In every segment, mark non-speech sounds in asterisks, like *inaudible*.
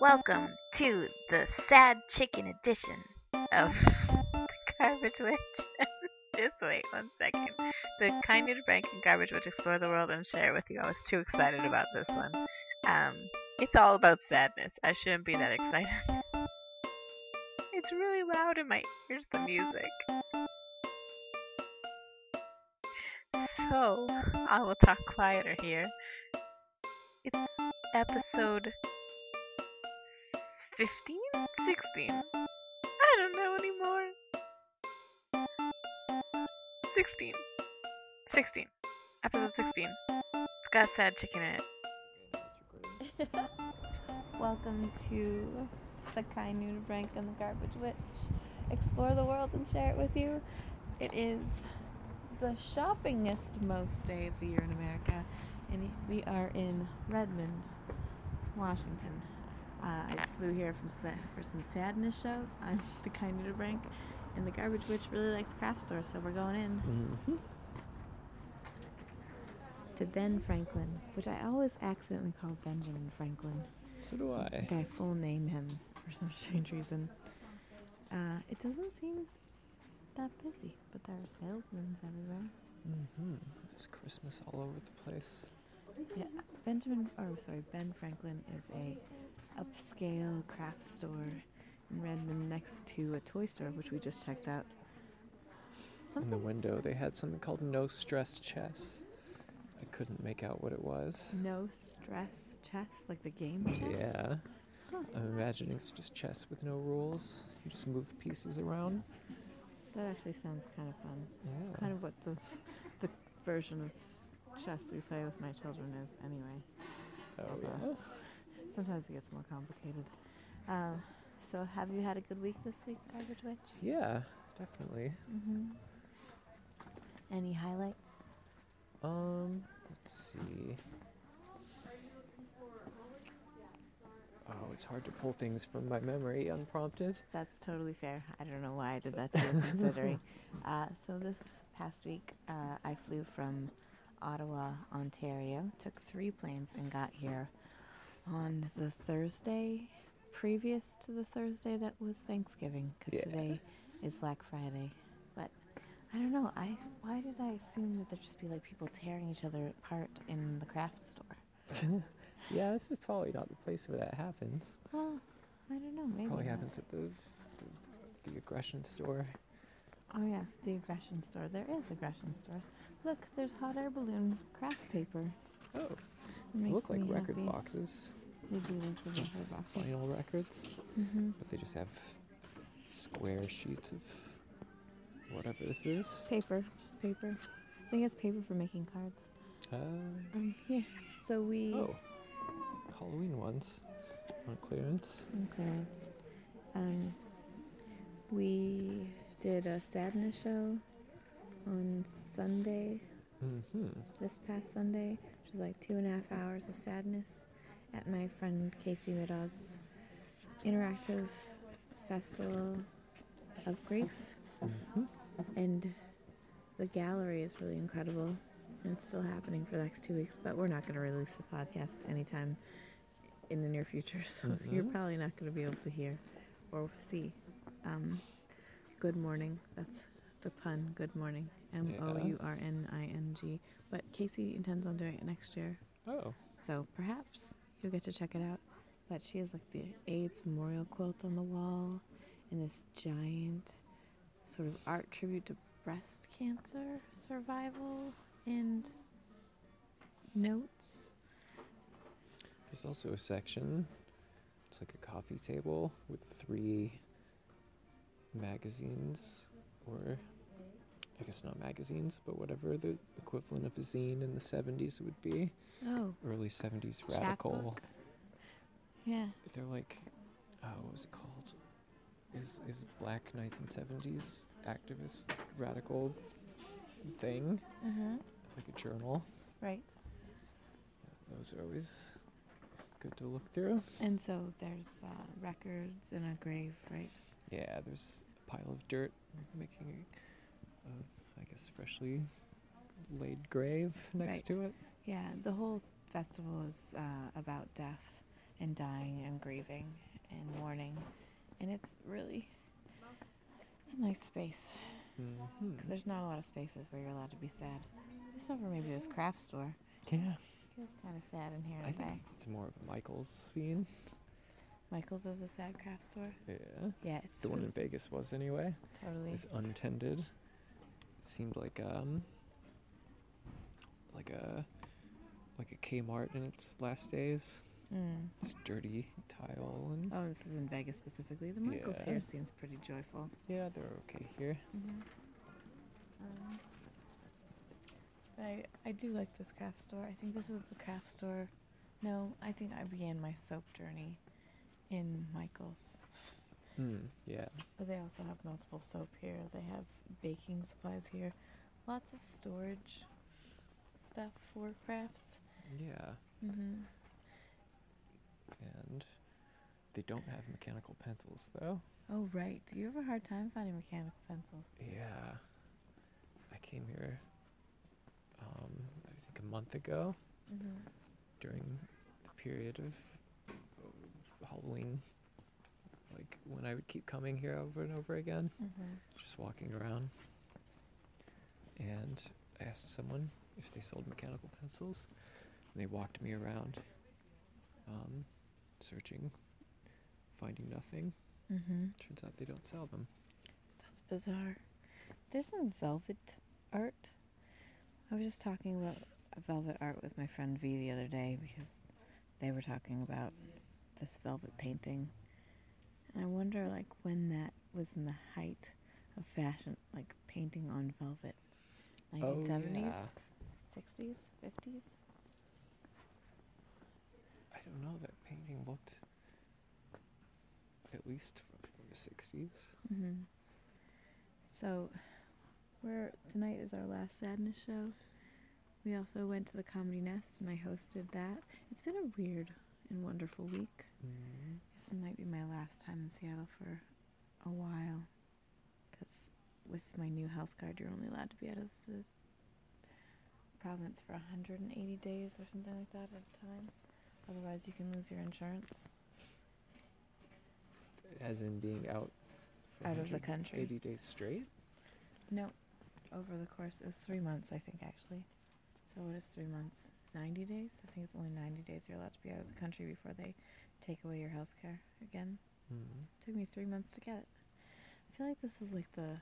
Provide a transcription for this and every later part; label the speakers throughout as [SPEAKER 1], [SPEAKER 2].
[SPEAKER 1] Welcome to the sad chicken edition of *laughs* the Garbage Witch. *laughs* Just wait one second. The Kind of Bank and Garbage Witch explore the world and share with you. I was too excited about this one. Um, it's all about sadness. I shouldn't be that excited. *laughs* It's really loud in my ears, the music. So, I will talk quieter here. It's episode 15? 16? I don't know anymore. 16. 16. Episode 16. It's got a sad chicken in it.
[SPEAKER 2] Welcome to the Kind Noon Rank and the Garbage Witch. Explore the world and share it with you. It is the shoppingest most day of the year in America, and we are in Redmond, Washington. Uh, I just flew here from sa- for some sadness shows *laughs* on the Kind Noon Rank, and the Garbage Witch really likes craft stores, so we're going in to Ben Franklin, which I always accidentally call Benjamin Franklin.
[SPEAKER 3] So do I.
[SPEAKER 2] think I full name him for some *laughs* strange reason. Uh, it doesn't seem that busy, but there are salesmen everywhere.
[SPEAKER 3] Mm-hmm. There's Christmas all over the place.
[SPEAKER 2] Yeah, Benjamin, or sorry, Ben Franklin is a upscale craft store in Redmond next to a toy store, which we just checked out.
[SPEAKER 3] In the
[SPEAKER 2] Something
[SPEAKER 3] window, they had something called no stress chess. I couldn't make out what it was.
[SPEAKER 2] no stress chess, like the game chess.
[SPEAKER 3] Yeah.
[SPEAKER 2] Huh.
[SPEAKER 3] I'm imagining it's just chess with no rules. You just move pieces around.
[SPEAKER 2] That actually sounds kind of fun.
[SPEAKER 3] Yeah.
[SPEAKER 2] Kind of what the *laughs* the version of s- chess we play with my children is, anyway.
[SPEAKER 3] oh,
[SPEAKER 2] uh,
[SPEAKER 3] yeah.
[SPEAKER 2] Sometimes it gets more complicated. Um, so, have you had a good week this week, Garbage Witch?
[SPEAKER 3] Yeah, definitely.
[SPEAKER 2] Mm-hmm. Any highlights?
[SPEAKER 3] Um, let's see. Oh, it's hard to pull things from my memory unprompted.
[SPEAKER 2] That's totally fair. I don't know why I did *laughs* that to you, considering. Uh, so, this past week, uh, I flew from Ottawa, Ontario, took three planes, and got here on the Thursday previous to the Thursday that was Thanksgiving, because
[SPEAKER 3] Yeah.
[SPEAKER 2] today is Black Friday. But I don't know. I why did I assume that there'd just be like people tearing each other apart in the craft store?
[SPEAKER 3] Yeah, this is probably not the place where that happens.
[SPEAKER 2] Well, I don't know. Maybe
[SPEAKER 3] Probably
[SPEAKER 2] not.
[SPEAKER 3] happens at the, the the aggression store.
[SPEAKER 2] Oh yeah, the aggression store. There is aggression stores. Look, there's hot air balloon craft paper.
[SPEAKER 3] Oh,
[SPEAKER 2] It
[SPEAKER 3] they
[SPEAKER 2] makes
[SPEAKER 3] look like
[SPEAKER 2] me
[SPEAKER 3] record
[SPEAKER 2] happy.
[SPEAKER 3] boxes,
[SPEAKER 2] They do look like record boxes.
[SPEAKER 3] vinyl records,
[SPEAKER 2] hmm
[SPEAKER 3] but they just have square sheets of whatever this is.
[SPEAKER 2] Paper, just paper. I think it's paper for making cards.
[SPEAKER 3] Um,
[SPEAKER 2] Um, yeah. So we
[SPEAKER 3] oh, Halloween ones on clearance.
[SPEAKER 2] on clearance. Um, we did a sadness show on Sunday, Mm.
[SPEAKER 3] Mm-hmm.
[SPEAKER 2] this past Sunday, which was like two and a half hours of sadness at my friend Casey Middle's interactive festival of grief. And the gallery is really incredible. And it's still happening for the next two weeks, but we're not going to release the podcast anytime in the near future. *laughs* So you're
[SPEAKER 3] Mhm.
[SPEAKER 2] probably not going to be able to hear or see. Um, good morning. That's the pun. Good morning. M O
[SPEAKER 3] Yeah.
[SPEAKER 2] U R N I N G. But Casey intends on doing it next year.
[SPEAKER 3] Oh,
[SPEAKER 2] So perhaps you'll get to check it out. But she has like the AIDS memorial quilt on the wall and this giant sort of art tribute to breast cancer survival and notes.
[SPEAKER 3] there's also a section. It's like a coffee table with three magazines, or I guess not magazines, but whatever the equivalent of a zine in the 70s would be.
[SPEAKER 2] Oh,
[SPEAKER 3] early 70s radical.
[SPEAKER 2] chapbook. Yeah.
[SPEAKER 3] They're like, uh, what was it called? Is is black 1970s activist radical thing?
[SPEAKER 2] Mm-hmm.
[SPEAKER 3] It's like a journal.
[SPEAKER 2] Right.
[SPEAKER 3] Those are always good to look through.
[SPEAKER 2] And so there's uh, records in a grave, right?
[SPEAKER 3] Yeah, there's a pile of dirt making a, a I guess, freshly laid grave next
[SPEAKER 2] Right.
[SPEAKER 3] to it.
[SPEAKER 2] Yeah, the whole festival is uh, about death and dying and grieving and mourning. And it's really, it's a nice space
[SPEAKER 3] Mm-hmm.
[SPEAKER 2] because there's not a lot of spaces where you're allowed to be sad. Except for maybe this craft store.
[SPEAKER 3] Yeah,
[SPEAKER 2] Feels kind of sad in here
[SPEAKER 3] I think
[SPEAKER 2] today.
[SPEAKER 3] it's more of a Michael's scene.
[SPEAKER 2] Michael's is a sad craft store.
[SPEAKER 3] Yeah,
[SPEAKER 2] Yeah, it's
[SPEAKER 3] the one in Vegas was anyway. It
[SPEAKER 2] totally.
[SPEAKER 3] was untended. seemed like um, like a like a Kmart in its last days.
[SPEAKER 2] Mm.
[SPEAKER 3] Just dirty tile and
[SPEAKER 2] Oh, this is in Vegas specifically. The Michael's
[SPEAKER 3] Yeah.
[SPEAKER 2] here seems pretty joyful.
[SPEAKER 3] yeah, they're okay here.
[SPEAKER 2] Um, but I, I do like this craft store. I think this is the craft store. No, I think I began my soap journey in Michael's.
[SPEAKER 3] Mm, yeah,
[SPEAKER 2] But they also have multiple soap here. They have baking supplies here. Lots of storage stuff for crafts.
[SPEAKER 3] yeah,
[SPEAKER 2] Mm-hmm.
[SPEAKER 3] and they don't have mechanical pencils though.
[SPEAKER 2] Oh, right. Do you have a hard time finding mechanical pencils?
[SPEAKER 3] Yeah, I came here um, I think a month ago
[SPEAKER 2] Mm-hmm.
[SPEAKER 3] during the period of uh, Halloween. Like when I would keep coming here over and over again,
[SPEAKER 2] Mm-hmm.
[SPEAKER 3] just walking around, and I asked someone if they sold mechanical pencils, and they walked me around, um, searching, finding nothing.
[SPEAKER 2] Mm-hmm.
[SPEAKER 3] Turns out they don't sell them.
[SPEAKER 2] That's bizarre. There's some velvet art. I was just talking about velvet art with my friend V the other day because they were talking about this velvet painting. And I wonder like when that was in the height of fashion, like painting on velvet.
[SPEAKER 3] Oh,
[SPEAKER 2] 1970s, 60s, 50s.
[SPEAKER 3] I don't know. That painting looked at least from the 60s.
[SPEAKER 2] Mm-hmm. So, we're tonight is our last sadness show. We also went to the Comedy Nest and I hosted that. It's been a weird and wonderful week.
[SPEAKER 3] mm
[SPEAKER 2] This might be my last time in Seattle for a while, because with my new health card, you're only allowed to be out of the province for 180 days or something like that at a time. Otherwise, you can lose your insurance
[SPEAKER 3] As in being out for
[SPEAKER 2] out of the country.
[SPEAKER 3] 80 days straight?
[SPEAKER 2] No, over the course, it was three months, I think, actually. So what is three months? 90 days? I think it's only 90 days you're allowed to be out of the country before they take away your health care again.
[SPEAKER 3] mm
[SPEAKER 2] took me three months to get it. I feel like this is like the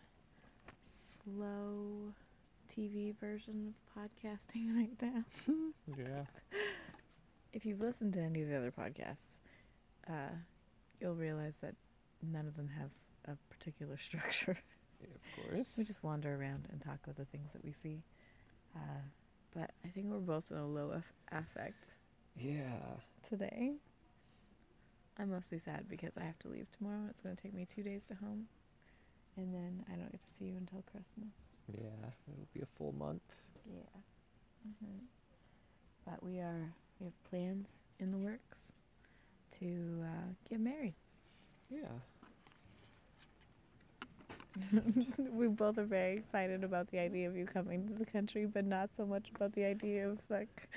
[SPEAKER 2] slow TV version of podcasting *laughs* right now.
[SPEAKER 3] Yeah.
[SPEAKER 2] If you've listened to any of the other podcasts, uh, you'll realize that none of them have a particular *laughs* structure.
[SPEAKER 3] Of course.
[SPEAKER 2] We just wander around and talk about the things that we see. Uh, but I think we're both in a low aff- affect
[SPEAKER 3] yeah.
[SPEAKER 2] today. I'm mostly sad because I have to leave tomorrow. It's going to take me two days to home. And then I don't get to see you until Christmas.
[SPEAKER 3] Yeah. It'll be a full month.
[SPEAKER 2] Yeah. hmm But we are, we have plans in the works to uh, get married.
[SPEAKER 3] Yeah.
[SPEAKER 2] we both are very excited about the idea of you coming to the country, but not so much about the idea of like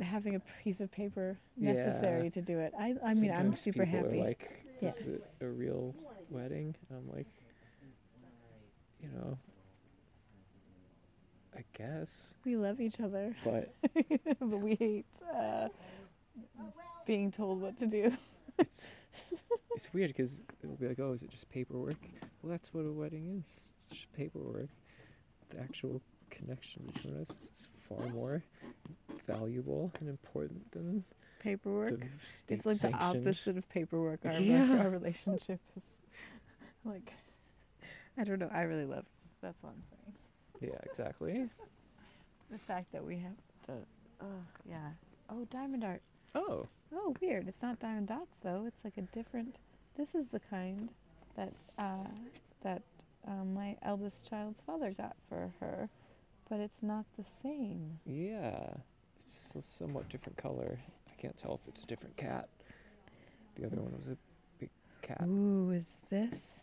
[SPEAKER 2] having a piece of paper necessary
[SPEAKER 3] Yeah.
[SPEAKER 2] to do it. I, I mean, I'm
[SPEAKER 3] Sometimes
[SPEAKER 2] super
[SPEAKER 3] people
[SPEAKER 2] happy.
[SPEAKER 3] Are like,
[SPEAKER 2] Yeah.
[SPEAKER 3] is it a real wedding? And I'm like, you know, I guess,
[SPEAKER 2] we love each other, *laughs*
[SPEAKER 3] but
[SPEAKER 2] but we hate uh, being told what to do.
[SPEAKER 3] it's *laughs* it's weird because it'll be like, oh, is it just paperwork? Well, that's what a wedding is. It's just paperwork. The actual connection between us is far more valuable and important than
[SPEAKER 2] Paperwork.
[SPEAKER 3] the state
[SPEAKER 2] It's like the
[SPEAKER 3] sanctioned.
[SPEAKER 2] opposite of paperwork. Our,
[SPEAKER 3] Yeah.
[SPEAKER 2] our relationship is *laughs* like, I don't know. I really love you. That's all I'm saying.
[SPEAKER 3] Yeah, exactly.
[SPEAKER 2] The fact that we have to. Oh, yeah. Oh, diamond art.
[SPEAKER 3] Oh,
[SPEAKER 2] Oh, weird. It's not diamond dots though. It's like a different. This is the kind that uh, that uh, my eldest child's father got for her, but it's not the same.
[SPEAKER 3] yeah. It's a somewhat different color. I can't tell if it's a different cat. The other one was a big cat.
[SPEAKER 2] Ooh, is this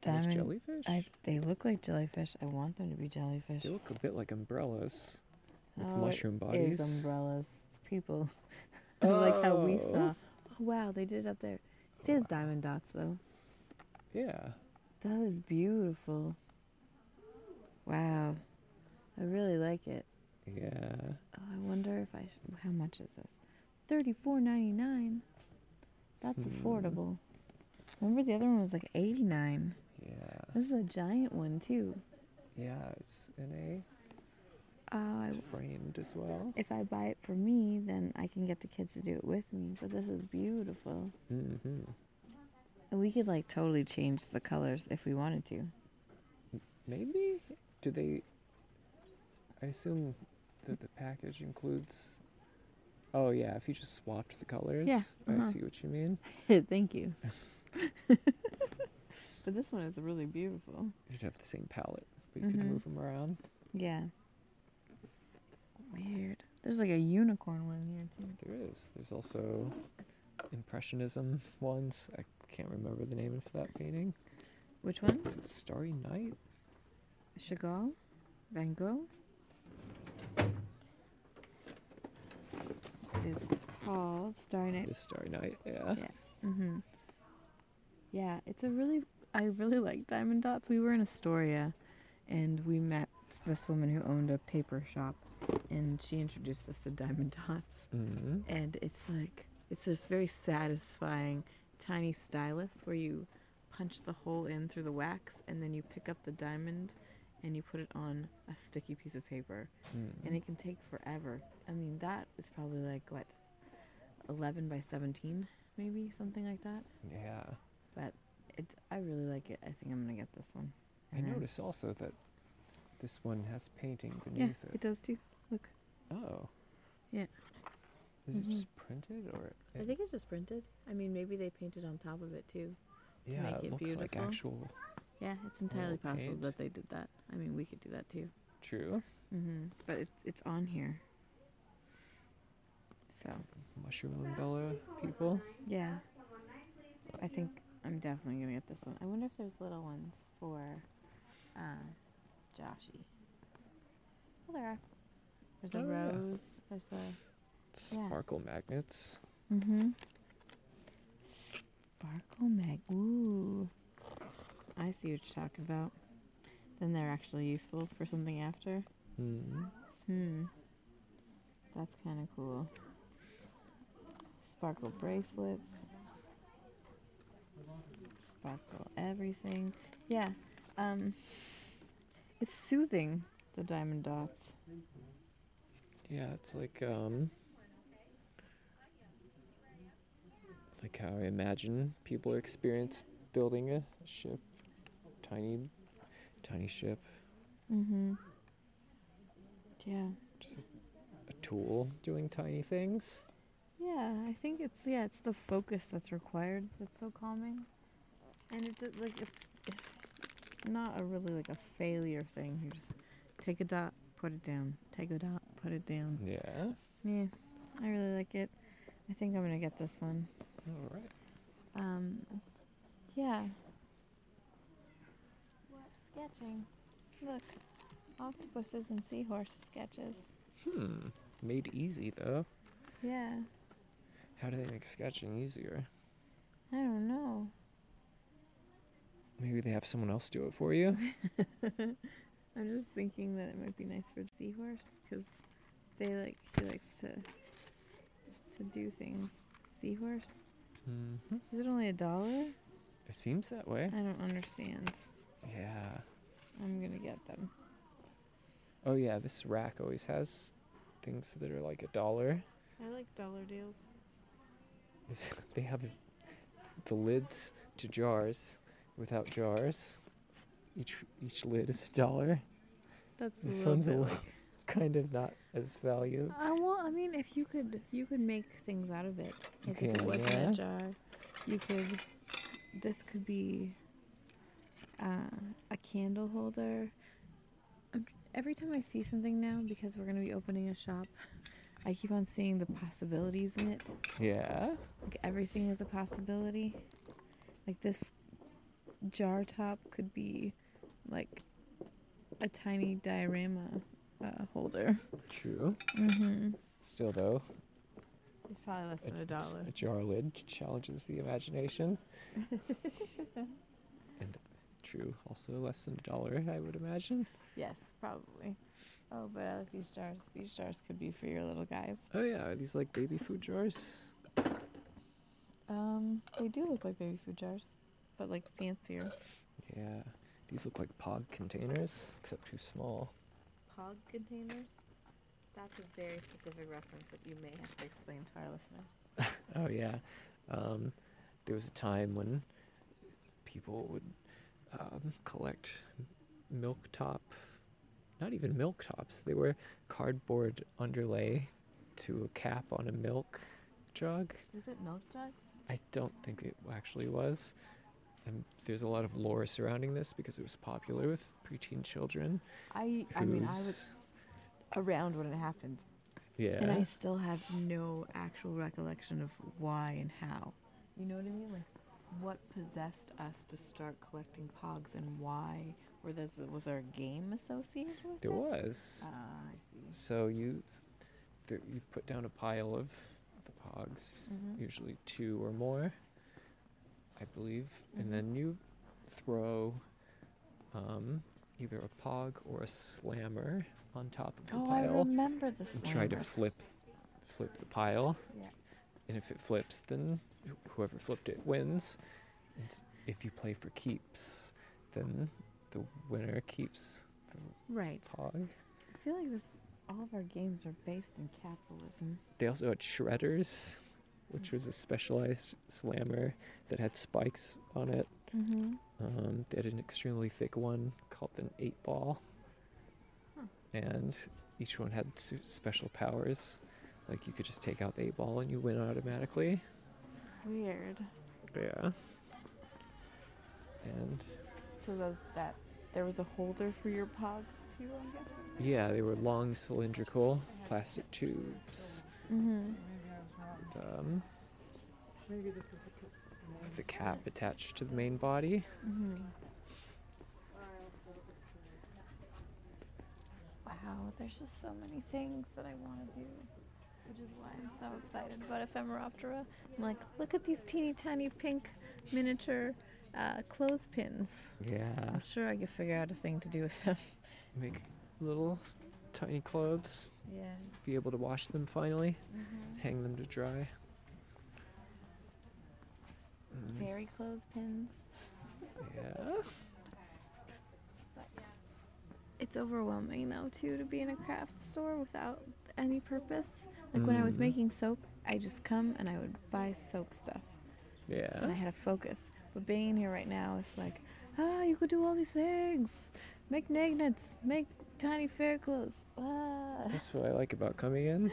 [SPEAKER 3] That was
[SPEAKER 2] diamond?
[SPEAKER 3] jellyfish.
[SPEAKER 2] I, they look like jellyfish. I want them to be jellyfish.
[SPEAKER 3] They look a bit like umbrellas with
[SPEAKER 2] Oh, it
[SPEAKER 3] mushroom
[SPEAKER 2] Is
[SPEAKER 3] bodies.
[SPEAKER 2] umbrellas. It's people. *laughs* like how we
[SPEAKER 3] Oh.
[SPEAKER 2] saw. Oh, wow, they did it up there. It is diamond dots though.
[SPEAKER 3] Yeah.
[SPEAKER 2] That is beautiful. Wow. I really like it.
[SPEAKER 3] Yeah.
[SPEAKER 2] Oh, I wonder if I should. How much is this? Thirty-four ninety-nine. That's
[SPEAKER 3] Hmm.
[SPEAKER 2] affordable. Remember the other one was like eighty-nine.
[SPEAKER 3] Yeah.
[SPEAKER 2] This is a giant one too.
[SPEAKER 3] Yeah. It's an
[SPEAKER 2] Oh,
[SPEAKER 3] A.
[SPEAKER 2] I,
[SPEAKER 3] It's framed as well.
[SPEAKER 2] if I buy it for me, then I can get the kids to do it with me. But this is beautiful,
[SPEAKER 3] Mm-hmm.
[SPEAKER 2] and we could like totally change the colors if we wanted to. *laughs*
[SPEAKER 3] Maybe? Do they. I assume that the package includes. Oh, yeah, if you just swapped the colors.
[SPEAKER 2] uh-huh.
[SPEAKER 3] I see what you mean.
[SPEAKER 2] Thank you. *laughs* but this one is really beautiful.
[SPEAKER 3] You'd have the same palette, but you could
[SPEAKER 2] Mhm.
[SPEAKER 3] move them around.
[SPEAKER 2] Yeah. Weird. There's like a unicorn one here too.
[SPEAKER 3] There is. There's also Impressionism ones. I can't remember the name of that painting.
[SPEAKER 2] Which one?
[SPEAKER 3] Is it Starry Night?
[SPEAKER 2] Chagall? Van Gogh? It is called Starry
[SPEAKER 3] It
[SPEAKER 2] Night.
[SPEAKER 3] is Starry Night, yeah.
[SPEAKER 2] Mm-hmm. Yeah, it's a really, I really like Diamond Dots. We were in Astoria and we met this woman who owned a paper shop and she introduced us to Diamond Dots.
[SPEAKER 3] Mm-hmm.
[SPEAKER 2] and it's like it's this very satisfying tiny stylus where you punch the hole in through the wax and then you pick up the diamond and you put it on a sticky piece of paper and it can take forever i mean that is probably like what 11 by 17 maybe something like that
[SPEAKER 3] Yeah.
[SPEAKER 2] but it, i really like it i think i'm gonna get this one
[SPEAKER 3] I
[SPEAKER 2] And then-
[SPEAKER 3] noticed also that this one has painting
[SPEAKER 2] yeah
[SPEAKER 3] beneath
[SPEAKER 2] it
[SPEAKER 3] it.
[SPEAKER 2] does too look
[SPEAKER 3] Oh.
[SPEAKER 2] Yeah.
[SPEAKER 3] Is
[SPEAKER 2] Mhm.
[SPEAKER 3] it just printed or?
[SPEAKER 2] i
[SPEAKER 3] it-
[SPEAKER 2] think it's just printed i mean maybe they painted on top of it too to
[SPEAKER 3] yeah,
[SPEAKER 2] make
[SPEAKER 3] it,
[SPEAKER 2] it
[SPEAKER 3] looks like
[SPEAKER 2] beautiful.
[SPEAKER 3] actual.
[SPEAKER 2] Yeah, it's
[SPEAKER 3] little
[SPEAKER 2] entirely possible
[SPEAKER 3] page.
[SPEAKER 2] that they did that. I mean, we could do that too.
[SPEAKER 3] True.
[SPEAKER 2] Mm-hmm. But it's it's on here. So
[SPEAKER 3] Mushroom umbrella people.
[SPEAKER 2] yeah, I think I'm definitely gonna get this one. I wonder if there's little ones for uh, Joshy. Well, there are. There's a
[SPEAKER 3] Oh, yeah.
[SPEAKER 2] rose. There's a. Yeah.
[SPEAKER 3] Sparkle magnets.
[SPEAKER 2] Mm-hmm. Sparkle mag. Ooh. I see what you're talking about. Then they're actually useful for something after.
[SPEAKER 3] Mm.
[SPEAKER 2] Hmm. That's kind of cool. Sparkle bracelets. Sparkle everything. Yeah. Um it's soothing the diamond dots.
[SPEAKER 3] Yeah, it's like um. Like how I imagine people experience building a ship, tiny, tiny ship,
[SPEAKER 2] Mhm. Yeah.
[SPEAKER 3] just a, a tool doing tiny things.
[SPEAKER 2] Yeah, I think it's yeah, it's the focus that's required. That's so calming. And it's a- like it's it's not a really like a failure thing. You just take a dot, put it down. Take a dot, put it down.
[SPEAKER 3] Yeah.
[SPEAKER 2] Yeah, I really like it. I think I'm gonna get this one.
[SPEAKER 3] All right.
[SPEAKER 2] Um, yeah. Sketching. Look, octopuses and seahorse sketches.
[SPEAKER 3] Hmm. Made easy though.
[SPEAKER 2] Yeah,
[SPEAKER 3] How do they make sketching easier?
[SPEAKER 2] I don't know.
[SPEAKER 3] Maybe they have someone else do it for you.
[SPEAKER 2] I'm just thinking that it might be nice for seahorse because they like he likes to to do things. Seahorse?
[SPEAKER 3] Mm-hmm.
[SPEAKER 2] Is it only a dollar?
[SPEAKER 3] It seems that way.
[SPEAKER 2] I don't understand.
[SPEAKER 3] Yeah.
[SPEAKER 2] I'm gonna get them.
[SPEAKER 3] Oh yeah, this rack always has things that are like a dollar.
[SPEAKER 2] I like dollar deals.
[SPEAKER 3] This- *laughs* they have the lids to jars without jars. Each each lid is a dollar. *laughs*
[SPEAKER 2] That's
[SPEAKER 3] This
[SPEAKER 2] a little
[SPEAKER 3] one's a
[SPEAKER 2] bit
[SPEAKER 3] little-
[SPEAKER 2] like-
[SPEAKER 3] Kind of not as value.
[SPEAKER 2] Uh, well, I mean, if you could, you could make things out of it.
[SPEAKER 3] You
[SPEAKER 2] Like if it
[SPEAKER 3] can,
[SPEAKER 2] wasn't
[SPEAKER 3] yeah.
[SPEAKER 2] a jar, you could. This could be uh, a candle holder. i every time I see something now, because we're gonna be opening a shop, I keep on seeing the possibilities in it.
[SPEAKER 3] Yeah.
[SPEAKER 2] Like everything is a possibility. Like this jar top could be like a tiny diorama uh, holder.
[SPEAKER 3] True.
[SPEAKER 2] Mm-hmm.
[SPEAKER 3] Still though,
[SPEAKER 2] He's probably less than
[SPEAKER 3] *laughs*
[SPEAKER 2] a dollar.
[SPEAKER 3] A jar lid ch- challenges the imagination. and true, also less than a dollar, I would imagine.
[SPEAKER 2] Yes, probably. Oh, but I like these jars. These jars could be for your little guys.
[SPEAKER 3] Oh yeah, are these like baby food jars?
[SPEAKER 2] Um, they do look like baby food jars, but like fancier.
[SPEAKER 3] Yeah, these look like pod containers, except too small.
[SPEAKER 2] Pog containers. That's a very specific reference that you may have to explain to our listeners.
[SPEAKER 3] Oh yeah, um, there was a time when people would um, collect milk top, not even milk tops. They were cardboard underlay to a cap on a milk jug.
[SPEAKER 2] Was it milk jugs?
[SPEAKER 3] I don't think it actually was. And there's a lot of lore surrounding this because it was popular with preteen children.
[SPEAKER 2] I I mean I was around when it happened,
[SPEAKER 3] yeah.
[SPEAKER 2] and I still have no actual recollection of why and how. You know what I mean? Like, what possessed us to start collecting Pogs, and why? Were those was there a game associated with
[SPEAKER 3] there
[SPEAKER 2] it?
[SPEAKER 3] was.
[SPEAKER 2] Ah, I see.
[SPEAKER 3] So you th- you put down a pile of the pogs,
[SPEAKER 2] Mhm.
[SPEAKER 3] usually two or more, I believe,
[SPEAKER 2] Mhm.
[SPEAKER 3] and then you throw um, either a pog or a slammer on top of the
[SPEAKER 2] Oh, I
[SPEAKER 3] pile
[SPEAKER 2] remember the
[SPEAKER 3] and try to
[SPEAKER 2] slammers.
[SPEAKER 3] flip flip the pile.
[SPEAKER 2] Yeah.
[SPEAKER 3] And if it flips, then wh- whoever flipped it wins. And s- if you play for keeps, then the winner keeps the
[SPEAKER 2] Right.
[SPEAKER 3] pog.
[SPEAKER 2] I feel like this. All of our games are based in capitalism.
[SPEAKER 3] They also had shredders, which was a specialized slammer that had spikes on it.
[SPEAKER 2] Mm-hmm.
[SPEAKER 3] Um, they had an extremely thick one called an eight ball,
[SPEAKER 2] Huh.
[SPEAKER 3] and each one had su- special powers. Like you could just take out the eight ball and you win automatically.
[SPEAKER 2] Weird.
[SPEAKER 3] Yeah. And
[SPEAKER 2] So those that there was a holder for your Pogs too. I'm guessing.
[SPEAKER 3] yeah, they were long cylindrical plastic tubes.
[SPEAKER 2] Mm-hmm.
[SPEAKER 3] With, um, the cap attached to the main body.
[SPEAKER 2] Mm-hmm. Wow, there's just so many things that I want to do, which is why I'm so excited about Ephemeroptera. I'm like, look at these teeny tiny pink miniature uh, clothespins.
[SPEAKER 3] Yeah.
[SPEAKER 2] I'm sure I could figure out a thing to do with them.
[SPEAKER 3] make little tiny clothes,
[SPEAKER 2] *laughs* Yeah.
[SPEAKER 3] be able to wash them finally,
[SPEAKER 2] Mm-hmm.
[SPEAKER 3] hang them to dry. Mm,
[SPEAKER 2] Fairy clothespins.
[SPEAKER 3] Yeah.
[SPEAKER 2] it's overwhelming though too to be in a craft store without any purpose. Like when I was
[SPEAKER 3] Mm.
[SPEAKER 2] making soap, I just come and I would buy soap stuff, and
[SPEAKER 3] Yeah.
[SPEAKER 2] I had a focus. But being in here right now, it's like, ah, you could do all these things, make magnets, make tiny fair clothes. Ah.
[SPEAKER 3] That's what I like about coming *laughs* in.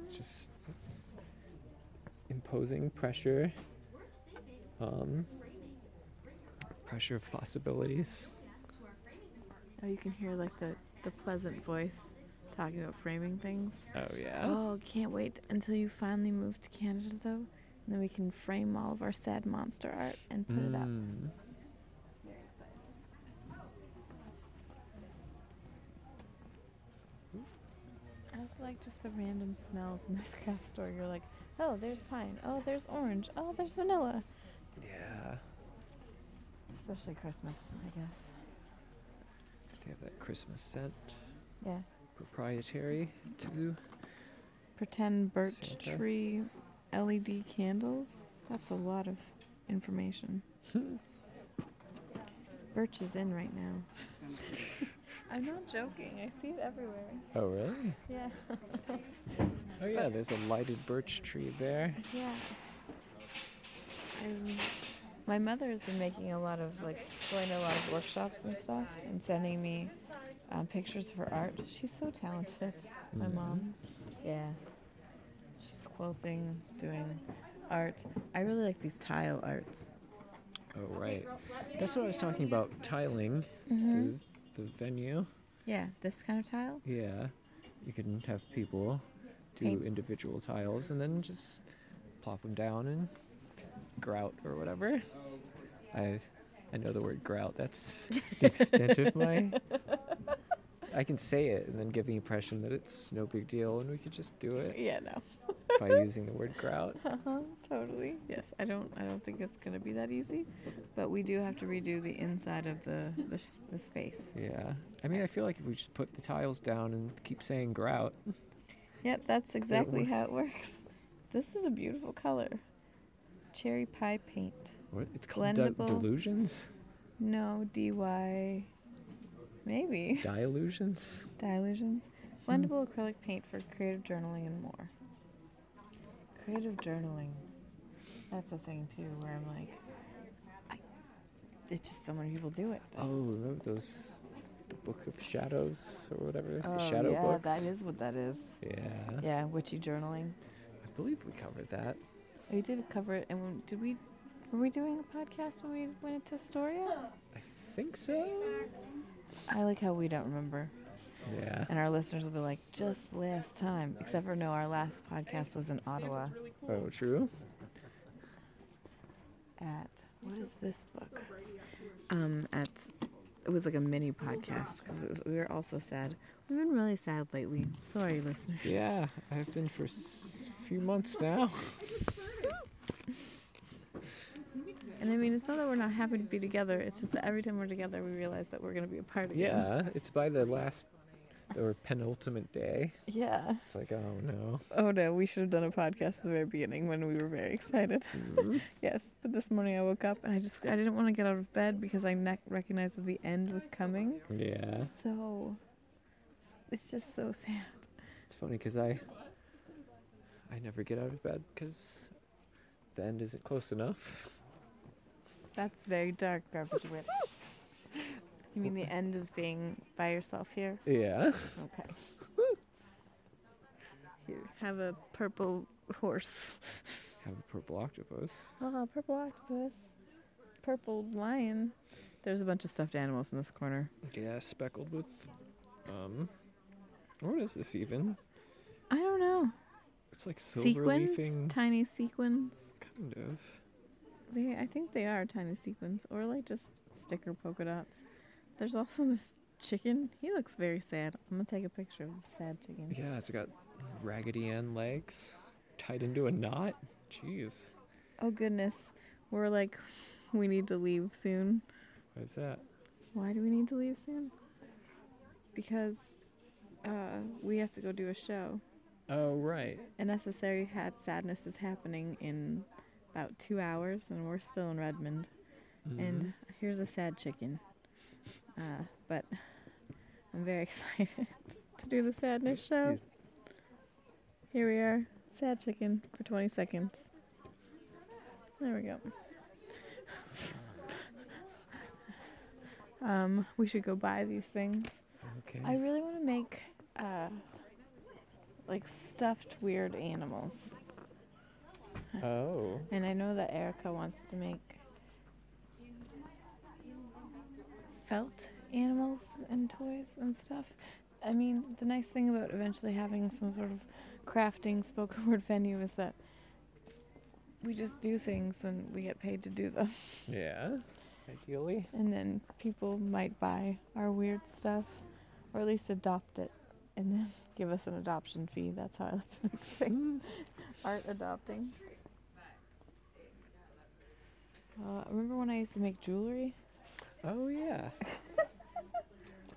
[SPEAKER 3] It's just imposing pressure. Um, pressure of possibilities.
[SPEAKER 2] Oh, you can hear like the the pleasant voice talking about framing things.
[SPEAKER 3] Oh yeah.
[SPEAKER 2] Oh, can't wait until you finally move to Canada though, and then we can frame all of our sad monster art and put it up.
[SPEAKER 3] Mm.
[SPEAKER 2] I also like just the random smells in this *laughs* craft store. You're like, oh, there's pine. Oh, there's orange. Oh, there's vanilla.
[SPEAKER 3] Yeah.
[SPEAKER 2] Especially Christmas, I guess.
[SPEAKER 3] They have that Christmas scent
[SPEAKER 2] Yeah.
[SPEAKER 3] proprietary to
[SPEAKER 2] Pretend birch
[SPEAKER 3] Santa.
[SPEAKER 2] tree LED candles. That's a lot of information. birch is in right now. *laughs* I'm not joking. I see it everywhere.
[SPEAKER 3] Oh really?
[SPEAKER 2] Yeah.
[SPEAKER 3] Oh yeah, there's a lighted birch tree there.
[SPEAKER 2] Yeah. Um, my mother has been making a lot of like going to a lot of workshops and stuff and sending me um, pictures of her art. She's so talented. My
[SPEAKER 3] Mhm.
[SPEAKER 2] mom. Yeah. She's quilting, doing art. I really like these tile arts.
[SPEAKER 3] Oh right, that's what I was talking about. Tiling
[SPEAKER 2] Mhm.
[SPEAKER 3] the, the venue.
[SPEAKER 2] Yeah, this kind of tile.
[SPEAKER 3] Yeah, you can have people do
[SPEAKER 2] Paint.
[SPEAKER 3] individual tiles and then just plop them down and grout or whatever. I I know the word grout. That's the extent of my I can say it and then give the impression that it's no big deal and we could just do it
[SPEAKER 2] Yeah, no. *laughs*
[SPEAKER 3] by using the word grout.
[SPEAKER 2] Uh-huh, totally. Yes, I don't. I don't think it's gonna be that easy, but we do have to redo the inside of the the, s- the space.
[SPEAKER 3] Yeah. I mean, I feel like if we just put the tiles down and keep saying grout,
[SPEAKER 2] Yep, that's exactly
[SPEAKER 3] works.
[SPEAKER 2] how it works. *laughs* This is a beautiful color, cherry pie paint.
[SPEAKER 3] what, it's called di-
[SPEAKER 2] Blendable.
[SPEAKER 3] delusions?
[SPEAKER 2] No dy. Maybe *laughs*
[SPEAKER 3] Dilutions?
[SPEAKER 2] dilutions. Blendable acrylic paint for creative journaling and more. Creative journaling. That's a thing too, where I'm like, I, it's just so many people do it.
[SPEAKER 3] Oh, remember those, the Book of Shadows or whatever?
[SPEAKER 2] Oh,
[SPEAKER 3] the Shadow
[SPEAKER 2] yeah,
[SPEAKER 3] Books?
[SPEAKER 2] that is what that is.
[SPEAKER 3] yeah.
[SPEAKER 2] Yeah, witchy journaling.
[SPEAKER 3] I believe we covered that.
[SPEAKER 2] We did cover it, and when- did we? Were we doing a podcast when we went into Astoria?
[SPEAKER 3] I think so.
[SPEAKER 2] I like how we don't remember,
[SPEAKER 3] Yeah.
[SPEAKER 2] and our listeners will be like, "Just last time," except for no, our last podcast was in Ottawa
[SPEAKER 3] Oh, true.
[SPEAKER 2] at what is this book? Um, at it was like a mini podcast because we were all so sad. We've been really sad lately. Sorry, listeners.
[SPEAKER 3] Yeah, I've been for s- few months now.
[SPEAKER 2] And I mean, it's not that we're not happy to be together. It's just that every time we're together, we realize that we're gonna be apart again.
[SPEAKER 3] Yeah, it's by the last or penultimate day.
[SPEAKER 2] Yeah.
[SPEAKER 3] It's like, oh no.
[SPEAKER 2] Oh no, we should have done a podcast at the very beginning when we were very excited.
[SPEAKER 3] Mhm.
[SPEAKER 2] yes, but this morning I woke up and I just I didn't want to get out of bed because I ne- recognized that the end was coming.
[SPEAKER 3] yeah.
[SPEAKER 2] So it's just so sad.
[SPEAKER 3] It's funny because I I never get out of bed because the end isn't close enough.
[SPEAKER 2] That's very dark, garbage witch. You mean the end of being by yourself here?
[SPEAKER 3] Yeah.
[SPEAKER 2] Okay. Here, have a purple horse.
[SPEAKER 3] Have a purple octopus.
[SPEAKER 2] Oh, purple octopus, purple lion. There's a bunch of stuffed animals in this corner.
[SPEAKER 3] Yeah, speckled with um. What is this even?
[SPEAKER 2] I don't know.
[SPEAKER 3] It's like silver
[SPEAKER 2] sequins,
[SPEAKER 3] leafing,
[SPEAKER 2] tiny sequins.
[SPEAKER 3] kind of.
[SPEAKER 2] They, I think they are tiny sequins, or like just sticker polka dots. There's also this chicken. He looks very sad. I'm gonna take a picture of the sad chicken.
[SPEAKER 3] Yeah, it's got raggedy end legs tied into a knot. Jeez,
[SPEAKER 2] Oh goodness, we're like, we need to leave soon.
[SPEAKER 3] what is that?
[SPEAKER 2] Why do we need to leave soon? Because uh, we have to go do a show.
[SPEAKER 3] Oh right.
[SPEAKER 2] A necessary hat sadness is happening in about two hours, and we're still in Redmond.
[SPEAKER 3] Mm-hmm.
[SPEAKER 2] And here's a sad chicken. Uh, but I'm very *laughs* excited to do the sadness show. Here we are, sad chicken for 20 seconds. There we go. *laughs* um, we should go buy these things.
[SPEAKER 3] okay.
[SPEAKER 2] I really want to make uh, like stuffed weird animals.
[SPEAKER 3] oh.
[SPEAKER 2] And I know that Erica wants to make felt animals and toys and stuff. I mean, the nice thing about eventually having some sort of crafting spoken word *laughs* venue is that we just do things and we get paid to do them.
[SPEAKER 3] Yeah. Ideally.
[SPEAKER 2] And then people might buy our weird stuff or at least adopt it and then *laughs* give us an adoption fee. That's how I like to think of
[SPEAKER 3] Hmm.
[SPEAKER 2] things *laughs* art adopting. Uh, remember when I used to make jewelry?
[SPEAKER 3] Oh yeah.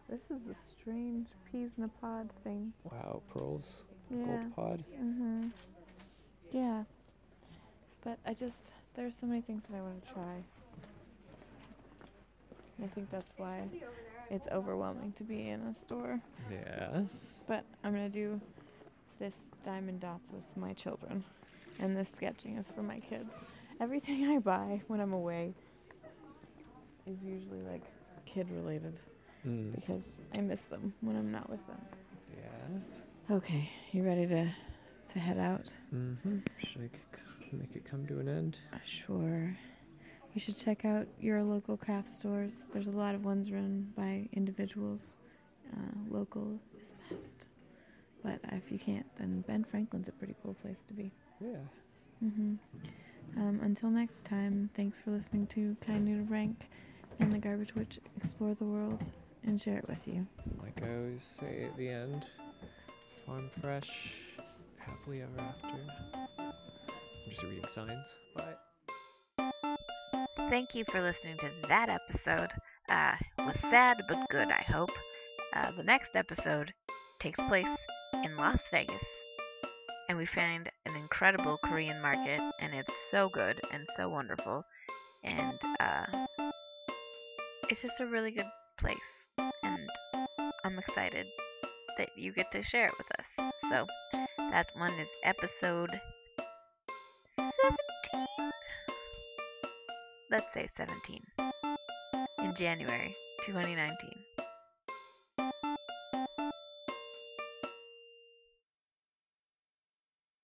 [SPEAKER 2] This is a strange peas in a pod thing.
[SPEAKER 3] Wow, pearls,
[SPEAKER 2] Yeah.
[SPEAKER 3] gold pod.
[SPEAKER 2] Mm-hmm. Yeah. But I just there's so many things that I want to try. And I think that's why it's overwhelming to be in a store.
[SPEAKER 3] Yeah.
[SPEAKER 2] But I'm gonna do this diamond dots with my children, and this sketching is for my kids. Everything *laughs* I buy when I'm away is usually like kid related
[SPEAKER 3] Mm.
[SPEAKER 2] because I miss them when I'm not with them.
[SPEAKER 3] Yeah.
[SPEAKER 2] Okay, you ready to to head out?
[SPEAKER 3] Mm-hmm. Should I c- c- make it come to an end?
[SPEAKER 2] Uh, Sure. You should check out your local craft stores. There's a lot of ones run by individuals. Uh, local is best. But if you can't, then Ben Franklin's a pretty cool place to be.
[SPEAKER 3] Yeah.
[SPEAKER 2] hmm Um, until next time, thanks for listening to Kind Noodle Rank and the Garbage Witch Explore the World. and share it with you.
[SPEAKER 3] Like I always say at the end, farm fresh, happily ever after. I'm just reading signs. Bye.
[SPEAKER 1] Thank you for listening to that episode. Uh, it was sad but good, I hope. Uh, the next episode takes place in Las Vegas, and we find an incredible Korean market, and it's so good and so wonderful, and uh, it's just a really good place, and I'm excited that you get to share it with us. So that one is episode 17. Let's say 17 in January 2019.